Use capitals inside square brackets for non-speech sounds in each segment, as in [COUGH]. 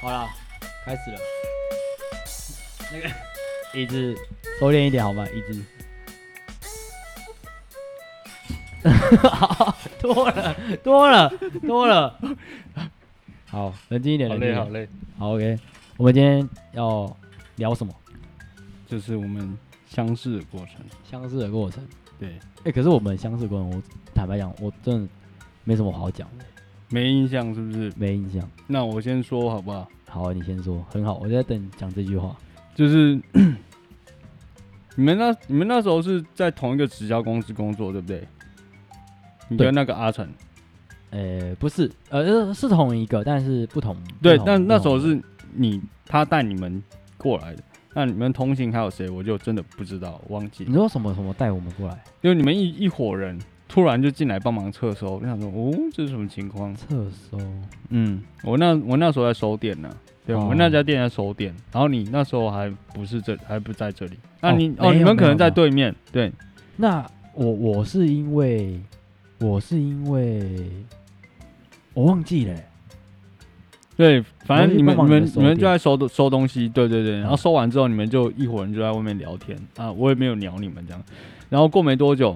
好了，开始了。那个椅子收敛一点好吗？椅子。 [LAUGHS] 好，多了，多了，多了。好，冷静一点，好冷静一累，点。好累。好，OK。我们今天要聊什么？就是我们相识的过程。相似的过程。对，哎、可是我们相似的过程，我坦白讲，我真的没什么好讲的，没印象是不是？没印象。那我先说好不好？好，你先说，很好，我在等你讲这句话。就是 [COUGHS] 你们那你们那时候是在同一个直销公司工作，对不对？你对跟那个阿成，呃，不是，呃，是同一个，但是不同。对不，同但那不时候同是你他带你们过来的。那你们同行还有谁？我就真的不知道，忘记你。说什么什么带我们过来因为你们一一伙人突然就进来帮忙撤收，我想说，哦，这是什么情况？厕所？嗯，我那我那时候在收店呢、对，哦我们那家店在收店，然后你那时候还不是这，还不在这里，那、你没有哦，你们可没有能在没有对面，对，那我我是因为我是因为我忘记了欸、对，反正你们我你们去帮忙你们收们你们就店在收收东西，对对对，然后嗯收完之后，你们就一伙人就在外面聊天啊，我也没有鸟你们这样，然后过没多久，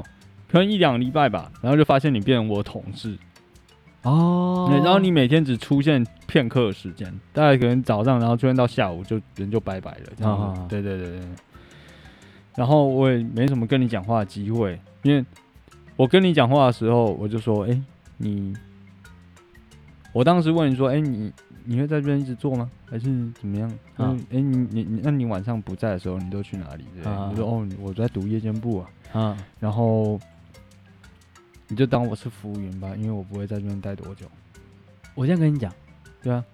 可能一两礼拜吧，然后就发现你变成我的同事，哦对，然后你每天只出现片刻的时间，大概可能早上，然后出现到下午就人就拜拜了，这样子。啊对对对对。然后我也没什么跟你讲话的机会，因为我跟你讲话的时候，我就说，哎、你，我当时问你说，哎、你你会在这边一直做吗？还是怎么样？啊嗯，哎、你你你，那你晚上不在的时候，你都去哪里？对，啊你说哦，我在读夜间部啊。啊然后你就当我是服务员吧，因为我不会在这边待多久。我这样跟你讲，对啊，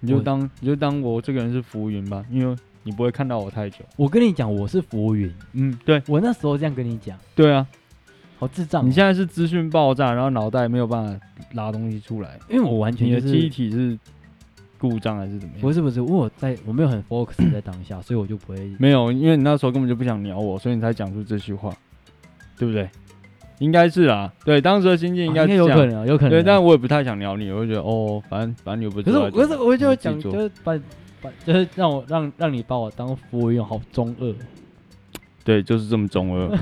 你就我当你就当我这个人是服务员吧，因为你不会看到我太久。我跟你讲，我是服务员，嗯，对我那时候这样跟你讲，对啊，好智障哦、你现在是资讯爆炸，然后脑袋没有办法拉东西出来，因为我完全你就的记忆是体是故障还是怎么样？不是不是，因为我在我没有很 focus 在当下，所以我就不会没有，因为你那时候根本就不想鸟我，所以你才讲出这句话，对不对？应该是啊，对，当时的心境应啊该是有这样可能，有可能。对，但我也不太想鸟你，我就觉得哦，反正反正你又不可是我我可是我就讲，做就是把把就是让我让让你把我当服务员，好中二。对，就是这么 [LAUGHS] 中二。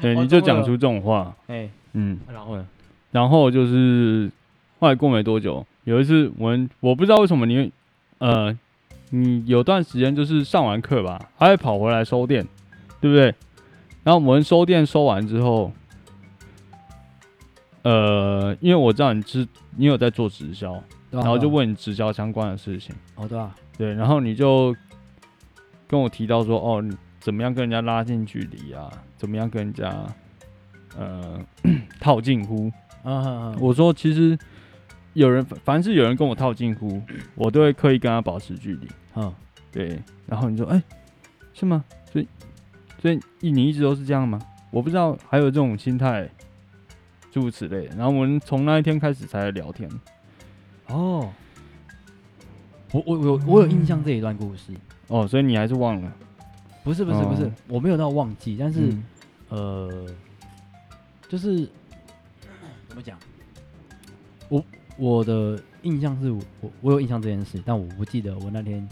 对，好你中就二讲哦出这种话，哎、嗯，然后呢？然后就是后来过没多久，有一次我们我不知道为什么你，呃，你有段时间就是上完课吧，还会跑回来收店，对不对？然后我们收店收完之后，呃，因为我知道你是你有在做直销，对吧然后就，问你直销相关的事情。哦对啊，对，然后你就跟我提到说，哦，你怎么样跟人家拉近距离啊？怎么样跟人家呃 [CLEARS THROAT] 套近乎？嗯嗯嗯，我说，其实有人凡是有人跟我套近乎，我都会刻意跟他保持距离。嗯，对，然后你说，哎、是吗？所以所以你一直都是这样吗？我不知道还有这种心态，诸如此类的。然后我们从那一天开始才聊天。哦，我我我有我有印象这一段故事，哦，所以你还是忘了，不是不是不是，哦我没有到忘记，但是、嗯呃，就是怎么讲，我我的印象是我我我有印象这件事，但我不记得我那天，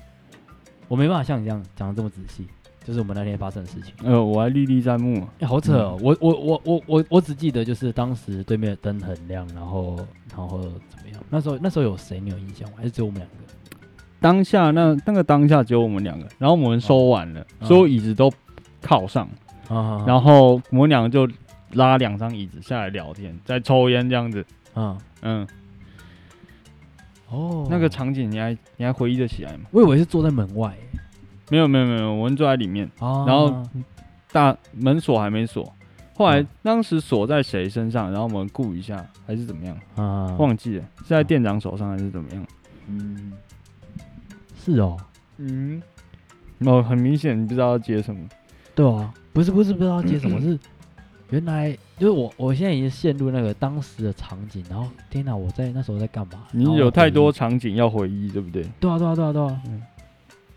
我没办法像你这样讲的这么仔细，就是我们那天发生的事情。呃，我还历历在目。啊欸、好扯哦！我我我我我我只记得就是当时对面的灯很亮，然后然后怎么样？那时候那时候有谁你有印象吗？还是只有我们两个？当下那那个当下只有我们两个，然后我们收完了，嗯所有椅子都靠上，啊然后我们两个就拉两张椅子下来聊天，在抽烟这样子。后啊嗯，哦，那个场景你还你还回忆得起来吗？我以为是坐在门外欸没有没有没有，我们坐在里面，啊，然后大门锁还没锁。后来嗯当时锁在谁身上，然后我们顾一下还是怎么样，啊忘记了是在嗯店长手上还是怎么样？嗯是哦，嗯，哦，很明显你不知道要接什么。对啊，不是不是不知道接什么是原来就是我我现在已经陷入那个当时的场景，然后天哪，我在那时候在干嘛？你然后有我太回忆多场景要回忆，对不对？对啊对啊对啊对啊，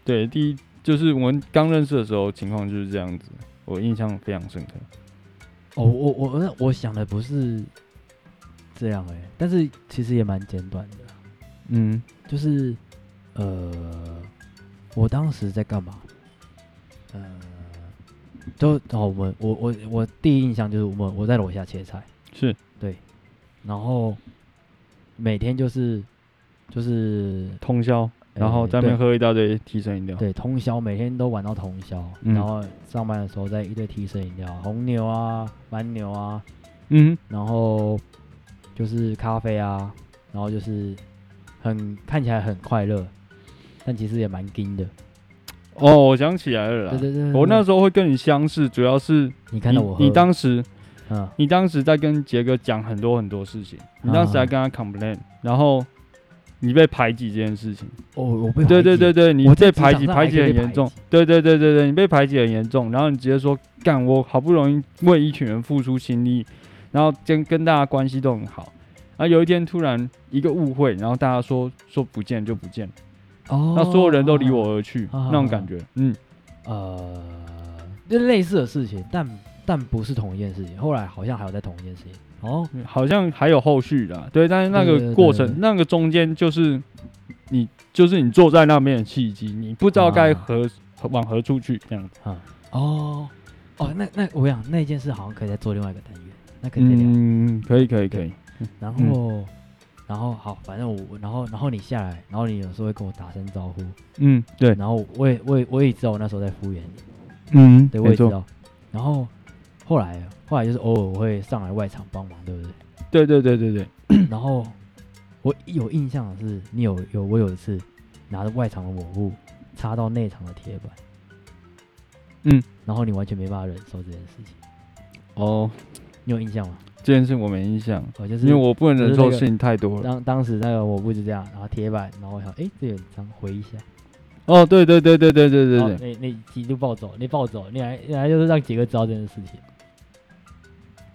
对，第一就是我们刚认识的时候情况就是这样子，我印象非常深刻。哦，我我我欸那我想的不是这样哎、但是其实也蛮简短的。嗯，就是呃，我当时在干嘛？呃，就哦，我们我我我第一印象就是我们我在楼下切菜，是，然后每天就是就是通宵，然后呃在那对边喝一大堆提神饮料，对通宵，每天都玩到通宵，嗯然后上班的时候再一堆提神饮料，红牛啊、蛮牛啊，嗯然后就是咖啡啊，然后就是很看起来很快乐，但其实也蛮惊的。哼，哦，我想起来了啦，对对对，我那对时候会跟你相识，主要是你嗯看你到我喝你当时嗯你当时在跟杰哥讲很多很多事情，你当啊时还跟他 complain，然后你被排挤这件事情，哦，我被对排对挤对，对，你我在被职排场挤，上排还挤可以很被严排重挤。对对对对对，你被排挤很严重，然后你直接说干，我好不容易为一群人付出心力，然后跟跟大家关系都很好，然后有一天突然一个误会，然后大家说说不见就不见，哦，那所有人都离我而去，啊啊啊那种感觉，嗯，呃，就类似的事情，但但不是同一件事情。后来好像还有在同一件事情。哦，嗯好像还有后续的啊，对，但是那对对个对过对对程，那个中间就是你就是你坐在那边的契机，你不知道该啊何往何处去这样子，啊，哦，哦，那那我想那件事好像可以再做另外一个单元，那可以再聊。嗯，可以可以可以，然嗯后，然后好，反正我，然后然后你下来，然后你有时候会跟我打声招呼，嗯，对，然后我也我也我也知道我那时候在敷衍你，嗯，对，我也没知错。道。然后后来后来就是偶尔我会上来外场帮忙，对不对？ [COUGHS] 对对对对对，然后我有印象的是，你有有我有一次拿着外场的抹布擦到内场的铁板，嗯，然后你完全没办法忍受这件事情，哦，你有印象吗？这件事我没印象，我就是因为我不能忍就是那受个事情太多了。当当时那个抹布就这样，然后铁板，然后我想，哎，这有张回一下，哦，对对对对对对对然后对，那那极度暴走，你暴走，你来你来就是让杰哥知道这件事情，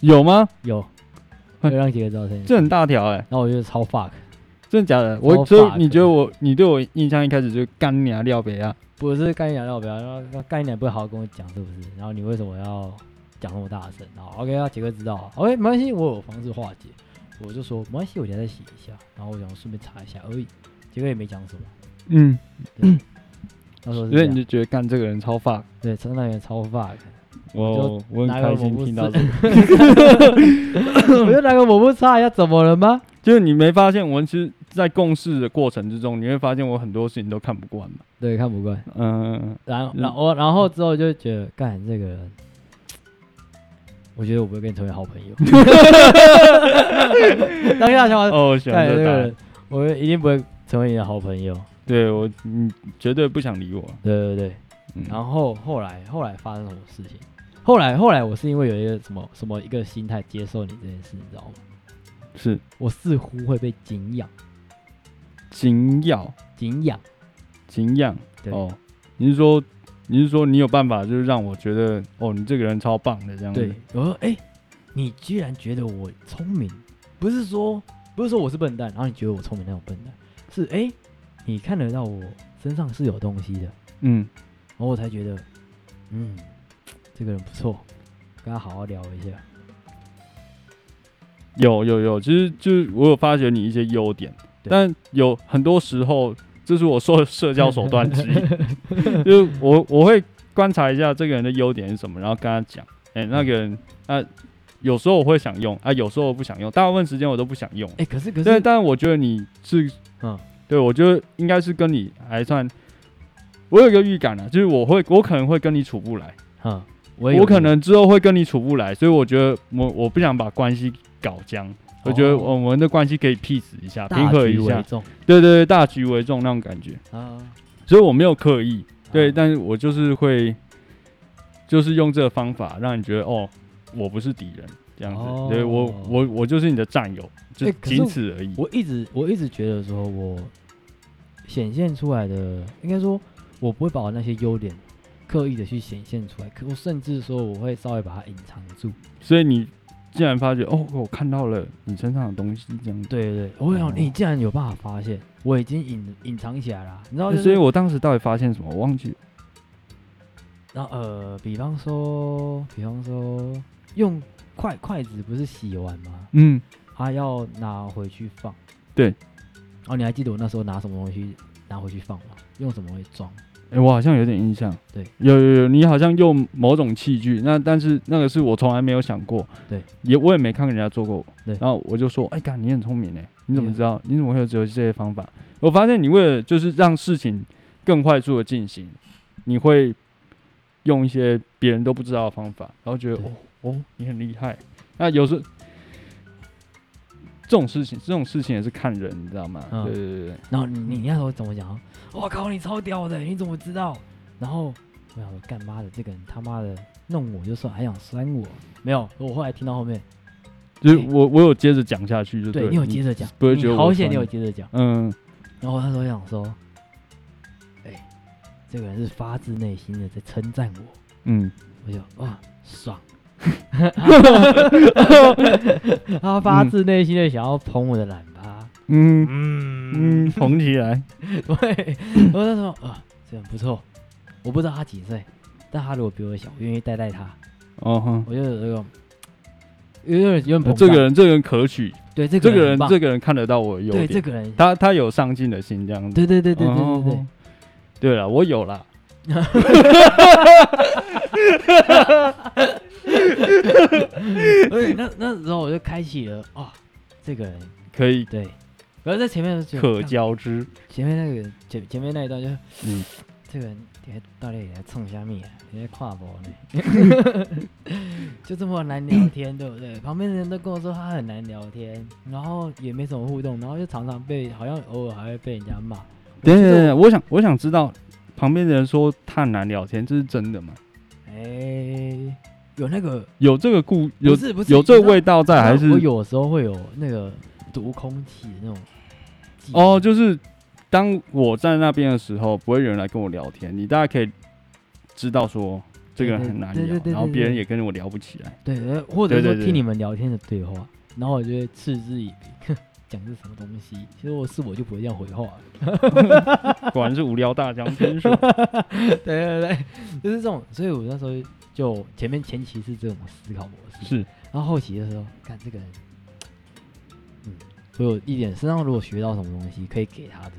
有吗？有，哎有让杰哥知道这件事这情，很大条哎，然后我就超 fuck，真的假的？超我所以 fuck 你觉得我，你对我印象一开始就干你啊廖北啊？不是干你娘要不要，然后干你娘不会好好跟我讲是不是？然后你为什么要讲那么大声？然后 OK 啊，杰哥知道啊，OK 没关系，我有方式化解，我就说没关系，我等下再洗一下，然后我想顺便查一下而已，杰哥也没讲什么，嗯， [COUGHS] 那时候是啊这所以你样就觉得干这个人超 fuck，对，陈那员超 fuck，我我很拿个开抹心布听到擦这个。， [LAUGHS] 我就拿个抹布擦一下，怎么了吗？就是你没发现，我们其实，在共事的过程之中，你会发现我很多事情都看不惯嘛。对，看不惯，嗯，然后嗯然后然后之后就觉得干这个人。我觉得我不会跟你成为好朋友。 [LAUGHS] 当下想法是哦，我喜欢对这这个答个案人。，我一定不会成为你的好朋友。对我，你绝对不想理我。对对对。嗯然后后来后来发生什么事情？后来后来我是因为有一个什么什么一个心态接受你这件事，你知道吗？是我似乎会被敬仰，紧咬。敬仰。敬仰。对哦，你是说你是说你有办法，就是让我觉得哦，你这个人超棒的这样子。对，，我说哎、你居然觉得我聪明，不是说不是说我是笨蛋，然后你觉得我聪明那种笨蛋，是哎、你看得到我身上是有东西的，嗯，然后我才觉得，嗯，这个人不错，跟他好好聊一下。有有有，其实就是我有发觉你一些优点，对但有很多时候这是我说的社交手段 [LAUGHS] 之一，就是我我会观察一下这个人的优点是什么，然后跟他讲，哎、那个人嗯啊，有时候我会想用啊，有时候我不想用，大部分时间我都不想用。哎、可是可对，是，但我觉得你是，嗯，对我觉得应该是跟你还算，我有一个预感啊，就是我会，我可能会跟你处不来，嗯，我我可能之后会跟你处不来，所以我觉得我我不想把关系搞僵，我觉得哦我们的关系可以 peace 一下，平大和局一为下，重对对对，大局为重那种感觉，啊，所以我没有刻意，对，啊但是我就是会，就是用这个方法让你觉得哦，我不是敌人这样子，哦对我我我就是你的战友，就哎可是仅此而已，我一直我一直觉得说我显现出来的，应该说我不会把我那些优点刻意的去显现出来，可我甚至说我会稍微把它隐藏住。所以你竟然发觉哦，我看到了你身上的东西这样子。对对对，嗯我哦想你竟然有办法发现，我已经隐隐藏起来了啊，你知道、欸就是所以我当时到底发现什么？我忘记了。然后呃，比方说，比方说用筷筷子不是洗完吗？嗯，他要拿回去放。对。哦，你还记得我那时候拿什么东西拿回去放吗？用什么会装？哎、我好像有点印象。对，有有有，你好像用某种器具，那但是那个是我从来没有想过。对，也我也没看人家做过。对然后我就说，哎、干，你很聪明哎，你怎么对啊知道？你怎么会有这些方法？我发现你为了就是让事情更快速的进行，你会用一些别人都不知道的方法，然后觉得对哦哦，你很厉害。那有时候这种事情，这种事情也是看人，你知道吗？嗯对对对对。然后你嗯你那时候怎么讲？我靠，你超屌的，你怎么知道？然后我想说，干妈的，这个人他妈的弄我就算，还想酸我？没有，我后来听到后面，就是对我我有接着讲下去就对了你有接着讲，不会觉得你我好险，酸你有你接着讲。嗯，然后他说想说，哎、这个人是发自内心的在称赞我，嗯，我就哇 [LAUGHS] 爽。 [LAUGHS] 他发自内心的想要捧我的懒趴，嗯嗯嗯，捧起来， [LAUGHS] [CLEARS THROAT] 对，我那时候啊，这样不错。我不知道他几岁，但他如果比我小，我愿意带带他。哦哼，我就有这种，有点有点呃膨胀这个人这个人可取，对这这个个人很棒这个人看得到我的优对这点，个人，他他有上进的心这样子。对对对对对对对哦，对了，我有啦。 [LAUGHS] 而且那那时候我就开启了啊，这个人可以对。然后在前面的时候可就交之，前面那个前前面那一段就是嗯，这个人底到底在冲虾米啊？你在跨博呢？ [LAUGHS] [LAUGHS] 就这么难聊天，对不对？旁边的人都跟我说他很难聊天，然后也没什么互动，然后就常常被好像偶尔还会被人家骂。等其等实等等，我想我想知道，旁边的人说他很难聊天，这是真的吗？哎、有那个有这个故有不是不是有你知道这个味道在，还是我有时候会有那个读空气的那种技能哦，就是当我在那边的时候，不会有人来跟我聊天，你大概可以知道说这个人很难对对聊对，对然后对别人对也跟我聊不起来。对，呃或者对说对对听你们聊天的对话，然后我就会嗤之以鼻， [LAUGHS] 讲是什么东西？其实我是我就不会这样回话 [LAUGHS] 了。果然是无聊大将 [LAUGHS] 军是吧？对对对，就是这种，所以我那时候就前面前期是这种思考模式，是，然后后期的时候，看这个人，嗯，我有一点身上如果学到什么东西可以给他的，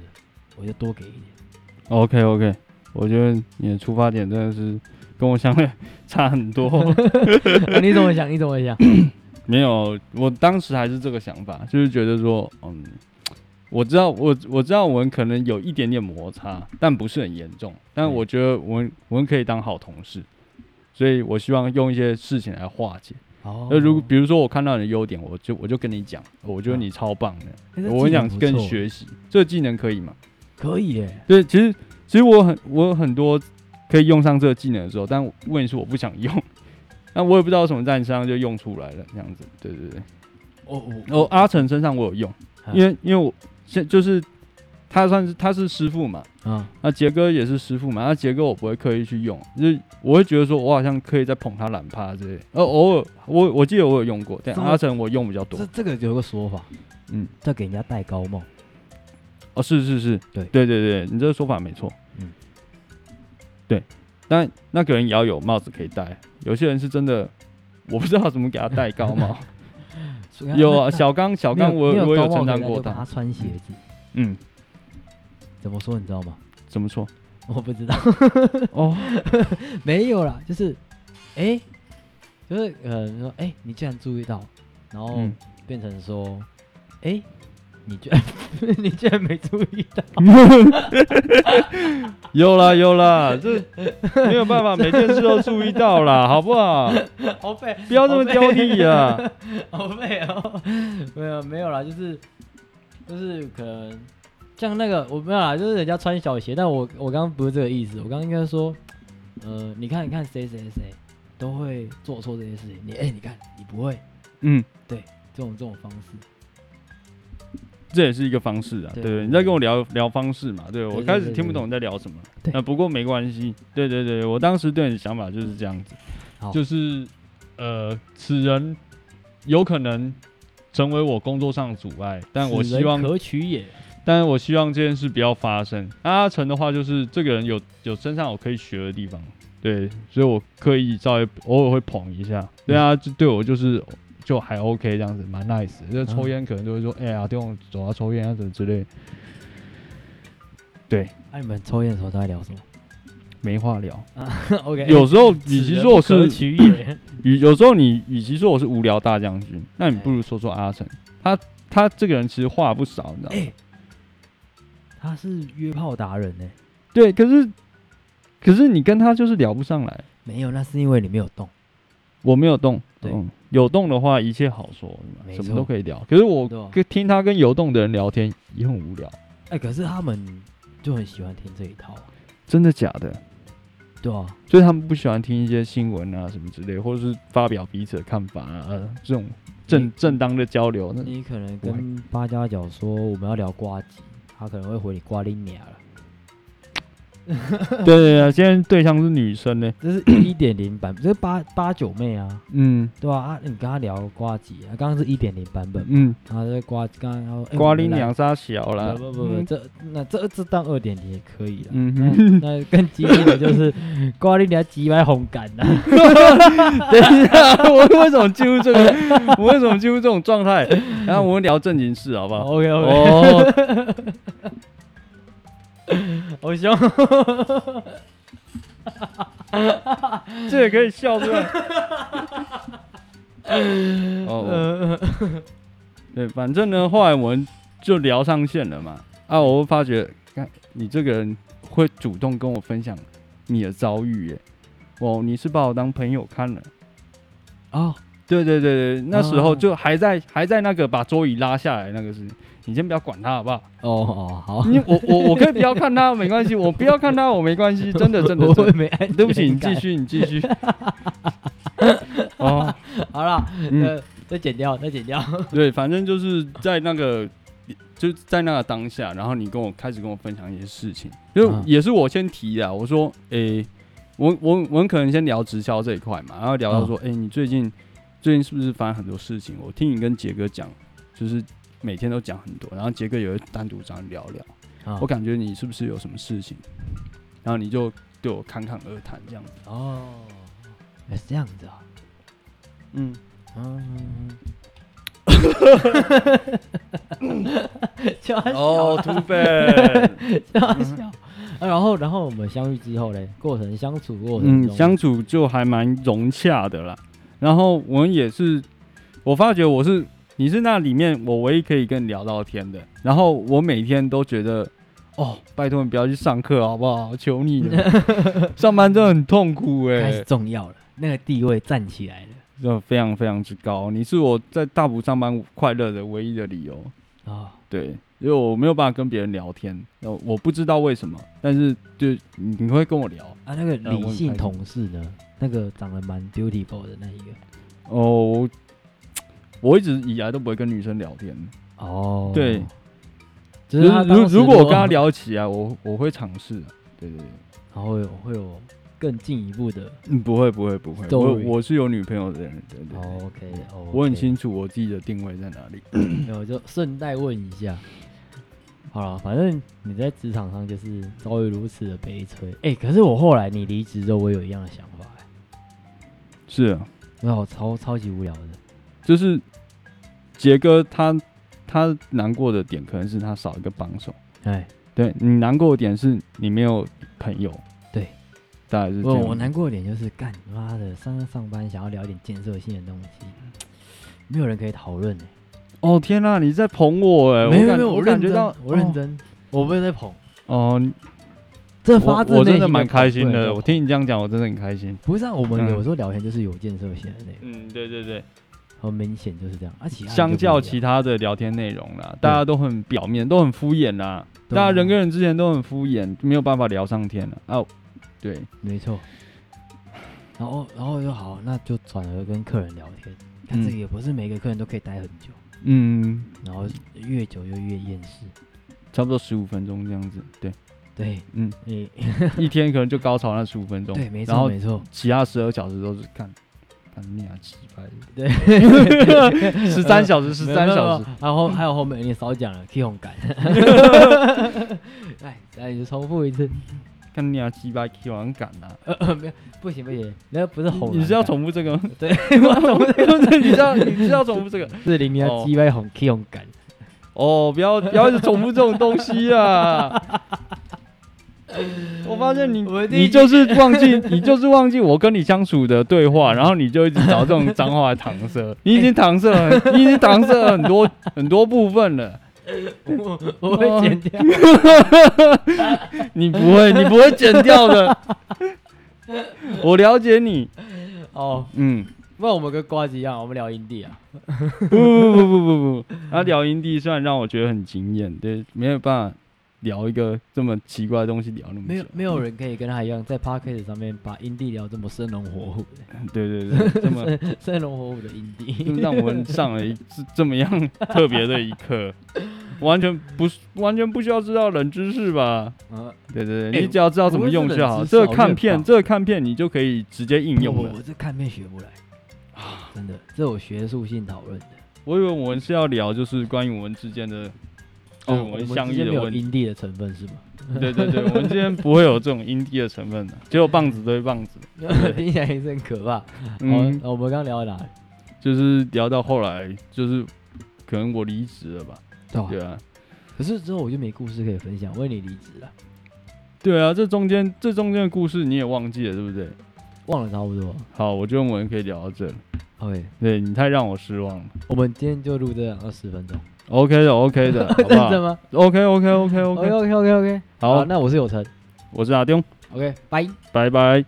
我就多给一点。 [LAUGHS] OK OK，我觉得你的出发点真的是跟我想的差很 [LAUGHS] 多。啊你怎么想？你怎么 [COUGHS] 想？没有，我当时还是这个想法，就是觉得说，嗯，我知道我我知道我们可能有一点点摩擦，但不是很严重。但嗯我觉得我们我们可以当好同事，所以我希望用一些事情来化解。哦那如果比如说我看到你的优点，我就我就跟你讲，我觉得嗯你超棒的，哎这我很技能想不跟你错学习。这个技能可以吗？可以耶，对，其实其实我很我有很多可以用上这个技能的时候，但问题是我不想用， [LAUGHS] 那我也不知道为什么在你身上就用出来了，这样子。对对对，哦我哦，阿成身上我有用，嗯因为因为我现就是他算是他是师傅嘛，啊那杰哥也是师傅嘛，那杰哥我不会刻意去用，就是我会觉得说我好像可以在捧他懒趴之类的，呃，偶尔我我记得我有用过，但这么阿成我用比较多这。这个有个说法，嗯，叫给人家戴高帽。哦，是是是，对对对对，你这个说法没错。嗯，对，但那个人也要有帽子可以戴，有些人是真的，我不知道怎么给他戴高 [LAUGHS] 帽。有啊，小刚，小刚我我有称赞过他他。穿鞋子，嗯，怎么说你知道吗？ [LAUGHS] 怎么说？我不知道， [LAUGHS] 哦，没有啦，就是，哎、就是呃，你说，哎、你竟然注意到，然后嗯 [LAUGHS] 变成说，哎、你居然 [LAUGHS] 你居然没注意到，有啦有啦，这没有办法，每件事都注意到啦，好不好？好废，不要这么挑剔啊！好废哦， [LAUGHS] 没有没有啦，就是就是可能像那个我没有啦，就是人家穿小鞋，但我我刚刚不是这个意思，我刚刚应该说，呃，你看你看谁谁谁都会做错这些事情，你哎、你看你不会嗯，这种这种方式，这也是一个方式啊，对对对，你在跟我聊聊方式嘛，对我对对开始对对听不懂你在聊什么，对那不过没关系，对对对，我当时对你的想法就是这样子好，就是呃，此人有可能成为我工作上的阻碍，但我此希人望，可取也。但我希望这件事不要发生。那阿成的话就是这个人有有身上有可以学的地嗯方，对，所以我刻意稍微偶尔会捧一下，对啊，就对我就是就还 OK 这样子，蛮 nice 的。就是抽烟可能就会说，哎、呀，弟兄走啊，抽烟啊，怎么之类，哎，你们抽烟的时候都在聊什么没话聊。 [LAUGHS] ？OK，有时候与其说我指人不可是取也，与有时候你与其说我是无聊大将军，那你不如说说阿成，他他这个人其实话不少，你知道吗？哎、 [COUGHS] 他是约炮达人欸呢、对，可是可是你跟他就是聊不上来。没有，那是因为你没有动。我没有动，对嗯，有动的话一切好说，没什么错都可以聊。可是我对啊跟听他跟有动的人聊天也很无聊，哎、可是他们就很喜欢听这一套、啊，真的假的？对啊，所以他们不喜欢听一些新闻啊什么之类，或者是发表彼此的看法啊、这种正正当的交 [LAUGHS] 流。那你可能我还跟八加九说我们要聊瓜机，他可能会回你瓜你娘了。对对对，现在对象是女生呢， [COUGHS] 这是一点零版，这是八八九妹啊，嗯对吧、啊？你跟他聊瓜机，啊，刚刚是一点零版本，嗯，然后这瓜刚刚说哎瓜我们林来两沙小啦，不不不不，嗯这那这这当二点零也可以啦。嗯 [LAUGHS] 哼，那那更激烈的就是瓜你娘几百红感呐、 [LAUGHS] 啊，等一下，啊我为什么进入这个？我为什么进入这种状态？然后我们聊正经事好不好？ OK OK，、哦，好凶， [LAUGHS] 这也可以笑出来。 [LAUGHS] 哦，呃对，反正呢，后来我们就聊上线了嘛。啊，我会发觉，看你这个人会主动跟我分享你的遭遇耶。哦，你是把我当朋友看了。哦，对对对对，那时候哦就还在还在那个把桌椅拉下来那个事情，你先不要管他好不好？哦哦好， [LAUGHS] 你我我我可以不要看他没关 [LAUGHS] 系，我不要看他我没关系，真的真的我真会的。没安全 [LAUGHS] 对不起，你继感。续，你继 [LAUGHS] 续。哦，好了，嗯呃，再剪掉，再剪掉。对，反正就是在那个，就在那个当下，然后你跟我开始跟我分享一些事情，就嗯也是我先提的啊。我说，诶、我我我很可能先聊直销这一块嘛，然后聊到说，诶、你最近最近是不是发生很多事情？我听你跟杰哥讲，就是每天都讲很多，然后杰哥也会单独找你聊聊。嗯我感觉你是不是有什么事情？然后你就对我侃侃而谈这样子。哦，哎是这样子啊，嗯，嗯，叫他笑哦，土匪。叫他笑。嗯 [LAUGHS] 啊然后，然后我们相遇之后嘞，过程相处过程嗯，中，相处就还蛮融洽的啦。然后我们也是，我发觉我是你是那里面我唯一可以跟你聊到天的。然后我每天都觉得，哦，拜托你不要去上课好不好？求你了， [LAUGHS] 上班真的很痛苦哎、开始重要了，那个地位站起来了真的非常非常之高。你是我在大埔上班快乐的唯一的理由。啊。对，因为我没有办法跟别人聊天，那我不知道为什么，但是就你你会跟我聊。啊，那个理呃我很开性心同事呢，那个长得蛮 beautiful 的那一个，哦，我我一直以来都不会跟女生聊天。哦，对，就是他如当时如果我果跟他，聊起来，我我会尝试啊。对对对，然后有会有更进一步的嗯，不会不会不会，我 Story 我是有女朋友的人，对对对哦，OK，哦，我很清楚我自己的定位在哪里。没有，就顺带问一下。好了，反正你在职场上就是遭遇如此的悲催。哎、可是我后来你离职之后，我有一样的想法、欸，是啊，那我超超级无聊的。就是杰哥他他难过的点可能是他少一个帮手，哎，对你难过的点是你没有朋友，对，大概是这我样。我难过的点就是，干妈的上上班想要聊点建设性的东西，没有人可以讨论哎。哦天呐，你在捧我哎、没我有感没有，我认感觉真到，我认真，我不是在捧，哦，你这我 [LAUGHS] 发自我内真的心蛮捧开心不能的，叫我捧听你这样讲，我真的很开心。不是啊，我们嗯有时候聊天就是有建设性的内容，嗯，对对对。很明显就是这样。啊而且相较其他的聊天内容啦，大家都很表面，都很敷衍啦。对大啊家人跟人之间都很敷衍，没有办法聊上天了。哦，对，没错。然后，然后就好，那就转而跟客人聊天。看嗯这个也不是每个客人都可以待很久，嗯，然后越久就越厌世。差不多十五分钟这样子。对，对，嗯， [LAUGHS] 你一天可能就高潮那十五分钟。对，没然错，后没错，其他十二小时都是看，看你啊，几百，对， [LAUGHS] 十三小时，十三 [LAUGHS] 小时。时。然后还有后面你少讲了，K 红感。来，来，你重复一次。 [COUGHS] 干你啊，鸡巴 Q 很敢啊！呃呃，没有，不行不行，那不是红，啊你是要重复这个吗？对，我 [LAUGHS] 要重复你是要你是要重复这个？是零零哦鸡歪红 K 红 [LAUGHS] 感，哦，不要不要一直重复这种东西啊！我发现你我一定你就是忘记你就是忘记我跟你相处的对话，然后你就一直找这种脏话来搪塞，你已经搪塞了，你已经搪塞了很多很多部分了。我我会剪掉。你不会你不会剪掉的，我了解你。哦，嗯，不然我们跟瓜子一样，我们聊营地啊。[LAUGHS] 不不不不不不，那聊营地虽然让我觉得很惊艳，对，没有办法聊一个这么奇怪的东西聊那么久。没有没有人可以跟他一样，在 p a r k a s 上面把营地聊这么生龙活虎的，对对 [LAUGHS] 对，这么生龙活虎的营就 [LAUGHS] 地。让我们上了一这这么样特别的一课，完全不是完全不需要知道冷知识吧？嗯，对对对，哎你只要知道怎么用就不好。是冷知这识个啊看我觉得片，棒这个看片你就可以直接应用我了我。这看片学不来，啊真的，这有学术性讨论的。我以为我们是要聊就是关于我们之间的，哦就是哦我们相之遇间没的有问题。营地的成分 [LAUGHS] 是吗？对对对，我们之间不会有这种阴地的成分的，只有棒子对棒子。听起来也是很可怕。嗯， [LAUGHS] 好，我们刚聊到哪里？就是聊到后来，就是可能我离职了吧？对吧对啊，可是之后我就没故事可以分享，我为你离职了，对啊，这中间这中间的故事你也忘记了，对不对？忘了差不多。好，我觉得我们可以聊到这里。 OK，对你太让我失望了。我们今天就录这样二十分钟， OK 的，OK 的，好不认真好吗哎？OK OK OK ？OK OK， OK OK OK，好，那我是有成我是阿丁， ，OK，拜。拜拜。